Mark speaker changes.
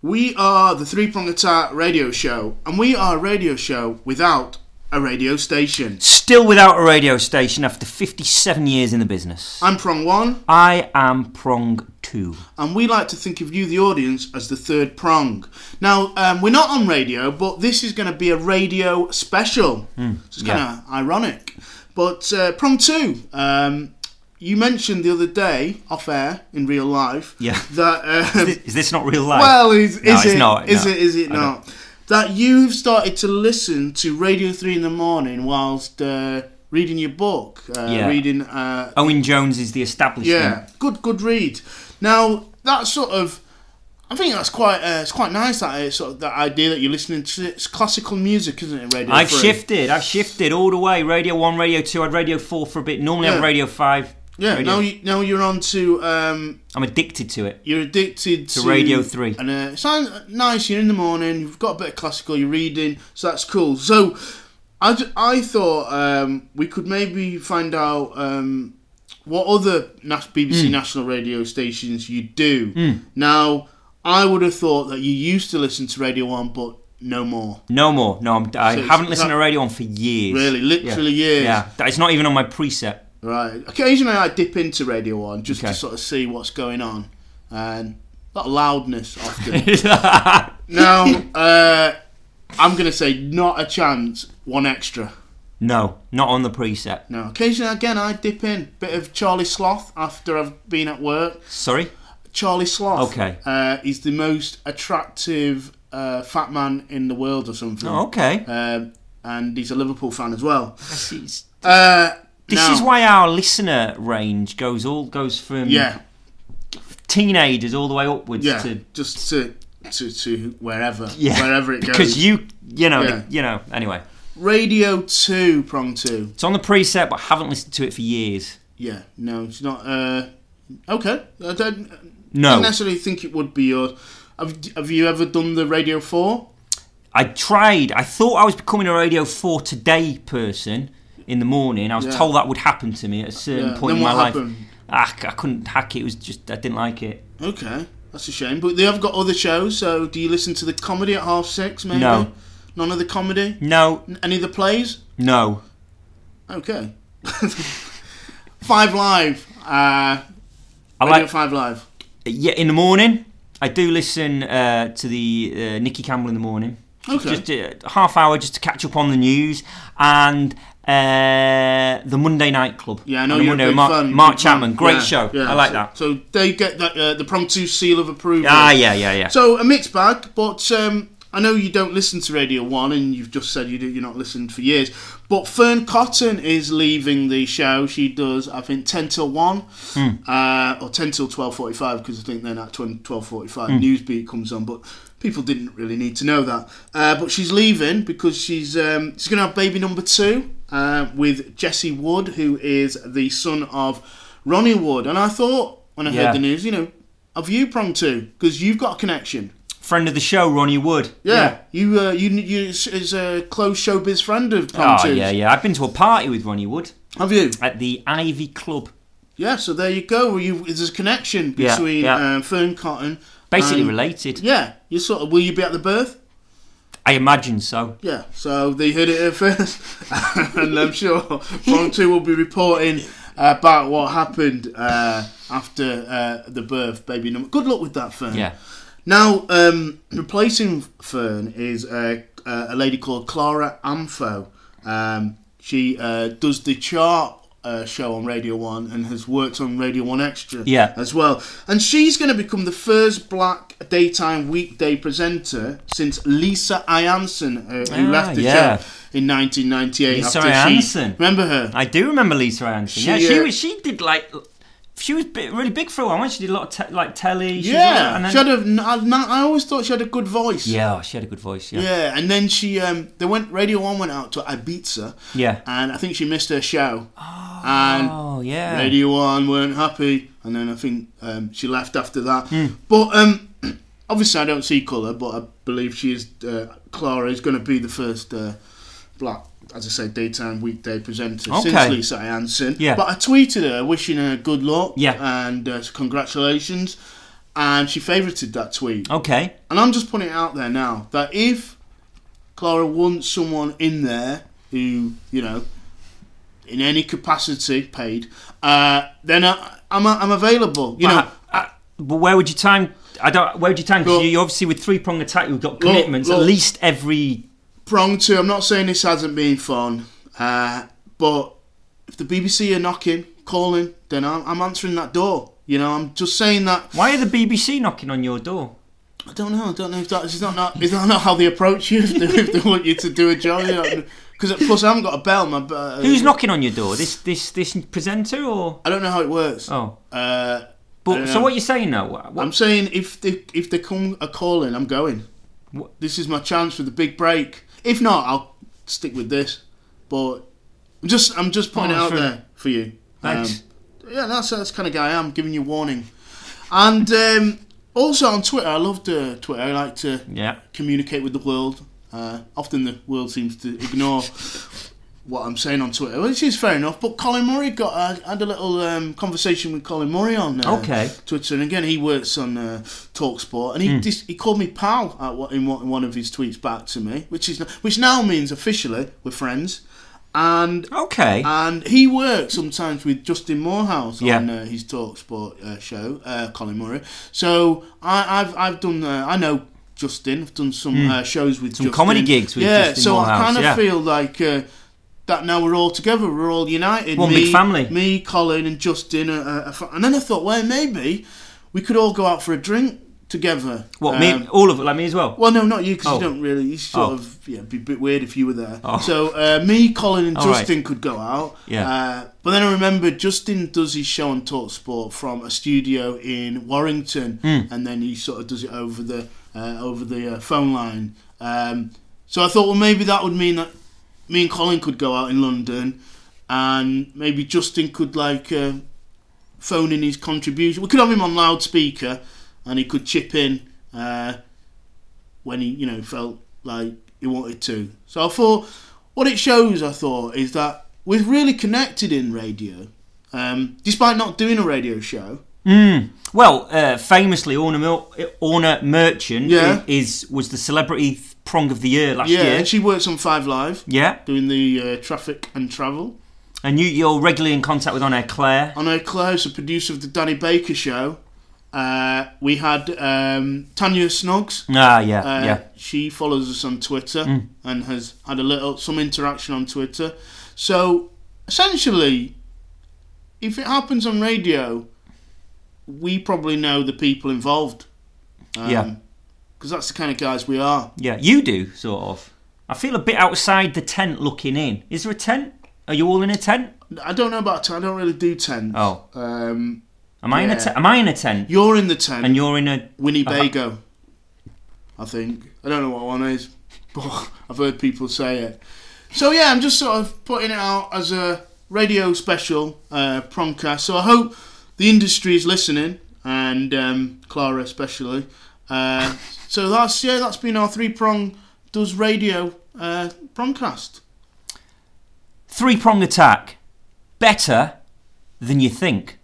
Speaker 1: We are the Three Prong Attack radio show, and we are a radio show without a radio station.
Speaker 2: Still without a radio station after 57 years in the business.
Speaker 1: I'm Prong One,
Speaker 2: I am Prong 2.
Speaker 1: and we like to think of you, the audience, as the third prong. Now, um, we're not on radio, but this is going to be a radio special.
Speaker 2: Hmm,
Speaker 1: so it's kind of ironic. But uh, Prong Two, um, you mentioned the other day off air in real life
Speaker 2: Yeah.
Speaker 1: that um,
Speaker 2: Is this not real life?
Speaker 1: Well, is, is
Speaker 2: No, it's
Speaker 1: it?
Speaker 2: not,
Speaker 1: Is
Speaker 2: no.
Speaker 1: it? Is it
Speaker 2: I don't-
Speaker 1: not? That you've started to listen to Radio Three in the morning whilst uh, reading your book. Uh,
Speaker 2: Yeah.
Speaker 1: Reading. Uh,
Speaker 2: Owen Jones is the establishment.
Speaker 1: yeah. Good. Good read. Now that sort of. I think that's quite. Uh, it's quite nice that uh, sort of that idea that you're listening to. It's classical music, isn't it? Radio.
Speaker 2: I've
Speaker 1: 3?
Speaker 2: shifted. I've shifted all the way. Radio 1, Radio 2, I had Radio 4 for a bit. Normally I have
Speaker 1: Yeah.
Speaker 2: Radio 5.
Speaker 1: Yeah.
Speaker 2: Radio-
Speaker 1: Now, you, now you're on to. Um,
Speaker 2: I'm addicted to it.
Speaker 1: you're addicted to,
Speaker 2: Radio 3.
Speaker 1: And uh, it sounds nice. You're in the morning. You've got a bit of classical. You're reading, so that's cool. So, I, d- I thought um, we could maybe find out um, what other nas- BBC
Speaker 2: Hmm.
Speaker 1: national radio stations you do. Now, I would have thought that you used to listen to Radio One, but no more.
Speaker 2: No more. No, I'm, I
Speaker 1: So it's-
Speaker 2: haven't listened
Speaker 1: that-
Speaker 2: to Radio 1 for years.
Speaker 1: Really, literally years.
Speaker 2: Yeah. That- It's not even on my preset.
Speaker 1: Right. Occasionally, I dip into Radio One just
Speaker 2: Okay.
Speaker 1: to sort of see what's going on, and that loudness often. Now, uh, I'm going to say not a chance, one extra.
Speaker 2: no, not on the preset.
Speaker 1: No, occasionally again I dip in bit of Charlie Sloth after I've been at work.
Speaker 2: Sorry?
Speaker 1: Charlie Sloth.
Speaker 2: Okay.
Speaker 1: Uh, he's the most attractive uh, fat man in the world or something.
Speaker 2: Oh, okay.
Speaker 1: Um, and he's a Liverpool fan as well.
Speaker 2: This is-
Speaker 1: Uh,
Speaker 2: This
Speaker 1: now-
Speaker 2: is why our listener range goes all goes from
Speaker 1: Yeah,
Speaker 2: teenagers all the way upwards
Speaker 1: yeah.
Speaker 2: to
Speaker 1: Just to to to wherever,
Speaker 2: yeah,
Speaker 1: wherever it goes.
Speaker 2: Because you you know
Speaker 1: Yeah.
Speaker 2: you know anyway,
Speaker 1: Radio Two, Prong Two.
Speaker 2: it's on the preset but haven't listened to it for years.
Speaker 1: Yeah, no, it's not. Uh, okay, I don't,
Speaker 2: No.
Speaker 1: don't necessarily think it would be yours. Have, have you ever done the Radio Four?
Speaker 2: I tried. I thought I was becoming a Radio Four Today person in the morning. I was
Speaker 1: Yeah.
Speaker 2: told that would happen to me at a certain
Speaker 1: Yeah,
Speaker 2: point
Speaker 1: then
Speaker 2: in my
Speaker 1: what
Speaker 2: life.
Speaker 1: happened?
Speaker 2: Ah, I c- I couldn't hack it. It was just I didn't like it.
Speaker 1: Okay, that's a shame. But they have got other shows. So, do you listen to the comedy at half six? Maybe
Speaker 2: No.
Speaker 1: none of the comedy.
Speaker 2: No,
Speaker 1: N- Any of the plays?
Speaker 2: no.
Speaker 1: Okay. Five Live. Uh,
Speaker 2: I
Speaker 1: Radio
Speaker 2: like
Speaker 1: Five Live.
Speaker 2: yeah in the morning. I do listen uh, to the uh, Nicky Campbell in the morning.
Speaker 1: Okay.
Speaker 2: Just a half hour just to catch up on the news and uh, the Monday Night Club.
Speaker 1: yeah, I know
Speaker 2: On the
Speaker 1: you're a
Speaker 2: Monday
Speaker 1: big
Speaker 2: with Mark,
Speaker 1: fan. you're a
Speaker 2: Mark
Speaker 1: big fan.
Speaker 2: Chapman, great
Speaker 1: Yeah,
Speaker 2: show.
Speaker 1: yeah.
Speaker 2: I like
Speaker 1: so,
Speaker 2: that.
Speaker 1: So they get that uh, the Prong Two seal of approval.
Speaker 2: Ah, yeah, yeah, yeah.
Speaker 1: So a mixed bag, but um, I know you don't listen to Radio One, and you've just said you do, you're not listened for years. But Fern Cotton is leaving the show. She does, I think, ten till one, uh, or ten till twelve forty-five, because I think then at twelve forty-five, Newsbeat comes on. But people didn't really need to know that. Uh, but she's leaving because she's um, she's going to have baby number two uh, with Jesse Wood, who is the son of Ronnie Wood. And I thought when I
Speaker 2: Yeah.
Speaker 1: heard the news, you know. Of you, prong two, because you've got a connection.
Speaker 2: Friend of the show, Ronnie Wood.
Speaker 1: Yeah, you uh, you you is a close showbiz friend of Prong
Speaker 2: Oh,
Speaker 1: Two's.
Speaker 2: yeah, yeah. I've been to a party with Ronnie Wood
Speaker 1: Have you?
Speaker 2: at the Ivy Club.
Speaker 1: Yeah, so there you go. Well, you there's a connection
Speaker 2: Yeah,
Speaker 1: between
Speaker 2: yeah.
Speaker 1: Uh, Fern Cotton.
Speaker 2: Basically
Speaker 1: and-
Speaker 2: related.
Speaker 1: Yeah, you sort of. Will you be at the birth?
Speaker 2: I imagine so.
Speaker 1: Yeah, so they heard it here first, and I'm sure Prong Two will be reporting about what happened uh, after uh, the birth, baby number. Good luck with that, Fern.
Speaker 2: Yeah.
Speaker 1: Now, um, replacing Fern is a, a lady called Clara Amfo. Um, she uh, does the chart uh, show on Radio 1 and has worked on Radio 1 Extra
Speaker 2: Yeah.
Speaker 1: as well. And she's going to become the first black daytime weekday presenter since Lisa Ianson, uh, who
Speaker 2: Ah,
Speaker 1: left the
Speaker 2: yeah.
Speaker 1: show in 1998.
Speaker 2: Lisa
Speaker 1: after
Speaker 2: Ianson.
Speaker 1: She, remember her?
Speaker 2: I do remember Lisa Anderson.
Speaker 1: She,
Speaker 2: yeah, she
Speaker 1: uh,
Speaker 2: was. She did like. She was bi- really big for a while. She did a lot of te- like telly. She was
Speaker 1: yeah.
Speaker 2: all- and then-
Speaker 1: she had a, n- I always thought she had a good voice.
Speaker 2: yeah, oh, she had a good voice. Yeah.
Speaker 1: Yeah, and then she um they went Radio One went out to Ibiza.
Speaker 2: Yeah.
Speaker 1: And I think she missed her show.
Speaker 2: oh yeah.
Speaker 1: And Radio One weren't happy and then I think um, she left after that.
Speaker 2: Hmm.
Speaker 1: But um obviously I don't see colour, but I believe she is uh, Clara is gonna be the first uh, black as I say, daytime weekday presenter
Speaker 2: Okay.
Speaker 1: since Lisa Hansen.
Speaker 2: Yeah.
Speaker 1: But I tweeted her wishing her good luck
Speaker 2: Yeah.
Speaker 1: and uh, congratulations. and she favorited that tweet.
Speaker 2: Okay.
Speaker 1: And I'm just putting it out there now that if Clara wants someone in there who, you know, in any capacity paid, uh, then I, I'm, I'm available. You
Speaker 2: But
Speaker 1: know,
Speaker 2: ha- I- Uh, but where would you time? I don't. Where would you time? Because
Speaker 1: Look.
Speaker 2: you obviously with three prong attack, you've got commitments
Speaker 1: look.
Speaker 2: at least every.
Speaker 1: prong two, I'm not saying this hasn't been fun, uh, but if the BBC are knocking, calling, then I'm, I'm answering that door. You know, I'm just saying that.
Speaker 2: Why are the BBC knocking on your door?
Speaker 1: I don't know. I don't know if that is not not is that not how they approach you if they, if they want you to do a job. Because plus I haven't got a bell. My uh,
Speaker 2: Who's knocking on your door? This this this presenter or
Speaker 1: I don't know how it works.
Speaker 2: oh.
Speaker 1: Uh,
Speaker 2: But so
Speaker 1: Um,
Speaker 2: what you're saying now? What,
Speaker 1: I'm saying if they if they come a calling, I'm going.
Speaker 2: What-
Speaker 1: This is my chance for the big break. If not, I'll stick with this. But I'm just I'm just putting
Speaker 2: Oh,
Speaker 1: it out
Speaker 2: sure.
Speaker 1: there for you.
Speaker 2: Thanks.
Speaker 1: Um, yeah, that's that's the kind of guy I am. Giving you warning. And um, also on Twitter, I love uh, Twitter. I like to
Speaker 2: yeah.
Speaker 1: communicate with the world. Uh, often the world seems to ignore what I'm saying on Twitter, which is fair enough. But Colin Murray got I had a little um, conversation with Colin Murray on uh,
Speaker 2: Okay.
Speaker 1: Twitter, and again he works on uh, Talksport, and he dis- he called me pal at what, in one one of his tweets back to me, which is which now means officially we're friends, and.
Speaker 2: Okay.
Speaker 1: And he works sometimes with Justin Morehouse
Speaker 2: Yeah.
Speaker 1: on uh, his Talksport uh, show, uh, Colin Murray. So I, I've I've done uh, I know Justin. I've done some uh, shows with
Speaker 2: Hmm. Some
Speaker 1: Justin.
Speaker 2: comedy gigs with
Speaker 1: yeah.
Speaker 2: Justin
Speaker 1: so I
Speaker 2: Morehouse,
Speaker 1: kind of
Speaker 2: yeah.
Speaker 1: feel like uh, that now we're all together. We're all united.
Speaker 2: One
Speaker 1: me,
Speaker 2: big family.
Speaker 1: Me, Colin, and Justin. Uh, uh, fr- and then I thought, well, maybe we could all go out for a drink together.
Speaker 2: what
Speaker 1: Um,
Speaker 2: me? All of it, like me as well.
Speaker 1: well, no, not you, because
Speaker 2: Oh.
Speaker 1: you don't really. You sort
Speaker 2: Oh.
Speaker 1: of yeah, be a bit weird if you were there.
Speaker 2: Oh.
Speaker 1: So uh, me, Colin, and
Speaker 2: All right.
Speaker 1: Justin could go out.
Speaker 2: Yeah.
Speaker 1: Uh, but then I remembered Justin does his show on Talksport from a studio in Warrington,
Speaker 2: Hmm.
Speaker 1: and then he sort of does it over the uh, over the uh, phone line. Um, so I thought, well, maybe that would mean that me and Colin could go out in London, and maybe Justin could like. Uh, phone in his contribution. We could have him on loudspeaker, and he could chip in uh, when he, you know, felt like he wanted to. So I thought, what it shows, I thought, is that we're really connected in radio, um, despite not doing a radio show.
Speaker 2: Mm. Well, uh, famously, Orna, Mil- Orna Merchant
Speaker 1: Yeah.
Speaker 2: i- is, was the celebrity th- prong of the year last
Speaker 1: Yeah,
Speaker 2: year.
Speaker 1: and she works on Five Live
Speaker 2: yeah,
Speaker 1: doing the uh, traffic and travel.
Speaker 2: and you, you're regularly in contact with On Air Claire.
Speaker 1: On her close, the producer of the Danny Baker show, uh, we had um, Tanya Snugs.
Speaker 2: Ah, yeah,
Speaker 1: Uh,
Speaker 2: yeah. Mm.
Speaker 1: She follows us on Twitter and has had a little some interaction on Twitter. So essentially, if it happens on radio, we probably know the people involved.
Speaker 2: Yeah.
Speaker 1: because that's the kind of guys we are.
Speaker 2: Yeah, you do sort of. I feel a bit outside the tent looking in. Is there a tent? Are you all in a tent?
Speaker 1: I don't know about I don't really do tents.
Speaker 2: Oh.
Speaker 1: um,
Speaker 2: Am I in a
Speaker 1: Yeah.
Speaker 2: tent? Am I in a tent?
Speaker 1: you're in the tent,
Speaker 2: And you're in a
Speaker 1: Winnebago. I think I don't know what one is, but I've heard people say it. So yeah, I'm just sort of putting it out as a radio special uh, promcast. So I hope the industry is listening, and um, Clara especially. Uh, so that's yeah, that's been our three prong does radio uh, promcast.
Speaker 2: three prong attack. Better than you think.